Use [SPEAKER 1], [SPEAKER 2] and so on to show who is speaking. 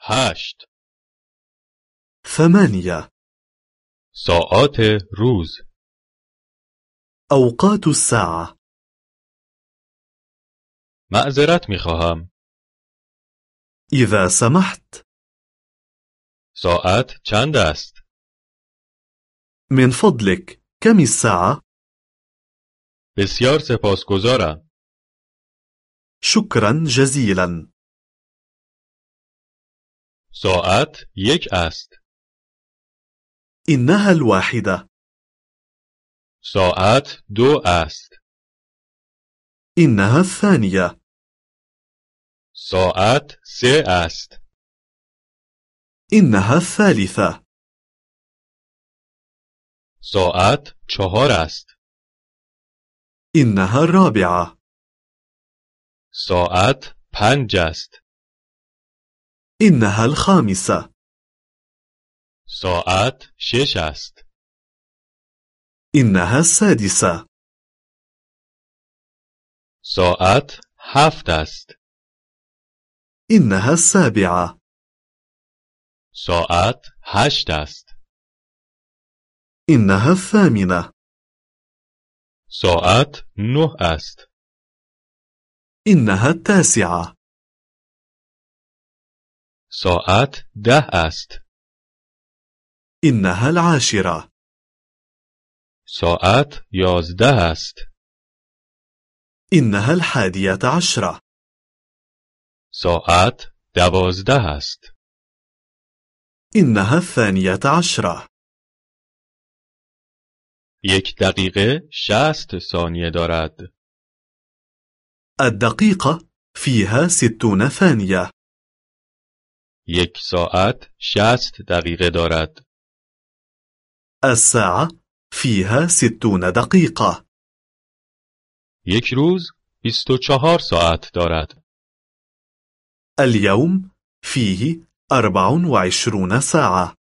[SPEAKER 1] هشت
[SPEAKER 2] ثمانية
[SPEAKER 1] ساعات روز
[SPEAKER 2] أوقات الساعة
[SPEAKER 1] معذرت می خواهم
[SPEAKER 2] إذا سمحت
[SPEAKER 1] ساعت چند است؟
[SPEAKER 2] من فضلك كم الساعة؟
[SPEAKER 1] بسیار سپاسگزارم
[SPEAKER 2] شكرا جزيلا
[SPEAKER 1] ساعت یک است
[SPEAKER 2] إنها الواحدة
[SPEAKER 1] ساعت دو است
[SPEAKER 2] إنها الثانية
[SPEAKER 1] ساعت سه است
[SPEAKER 2] إنها الثالثة
[SPEAKER 1] ساعت چهار است
[SPEAKER 2] إنها الرابعة
[SPEAKER 1] ساعت پنج است
[SPEAKER 2] إنها الخامسة
[SPEAKER 1] ساعت شش است
[SPEAKER 2] إنها السادسة
[SPEAKER 1] ساعت هفت است
[SPEAKER 2] إنها السابعة
[SPEAKER 1] ساعت هشت است
[SPEAKER 2] إنها الثامنة
[SPEAKER 1] ساعت نه است
[SPEAKER 2] إنها التاسعة
[SPEAKER 1] ساعت ده است
[SPEAKER 2] إنها العاشرة
[SPEAKER 1] ساعت یازده است
[SPEAKER 2] إنها الحادية عشرة
[SPEAKER 1] ساعت دوازده است
[SPEAKER 2] إنها الثانية عشرة
[SPEAKER 1] یک دقیقه شست ثانیه دارد
[SPEAKER 2] الدقيقة فيها ستون ثانية
[SPEAKER 1] یک ساعت شست دقیقه دارد
[SPEAKER 2] الساعة فيها ستون دقيقة
[SPEAKER 1] یک روز 24 ساعت دارد.
[SPEAKER 2] اليوم فيه أربع وعشرون ساعة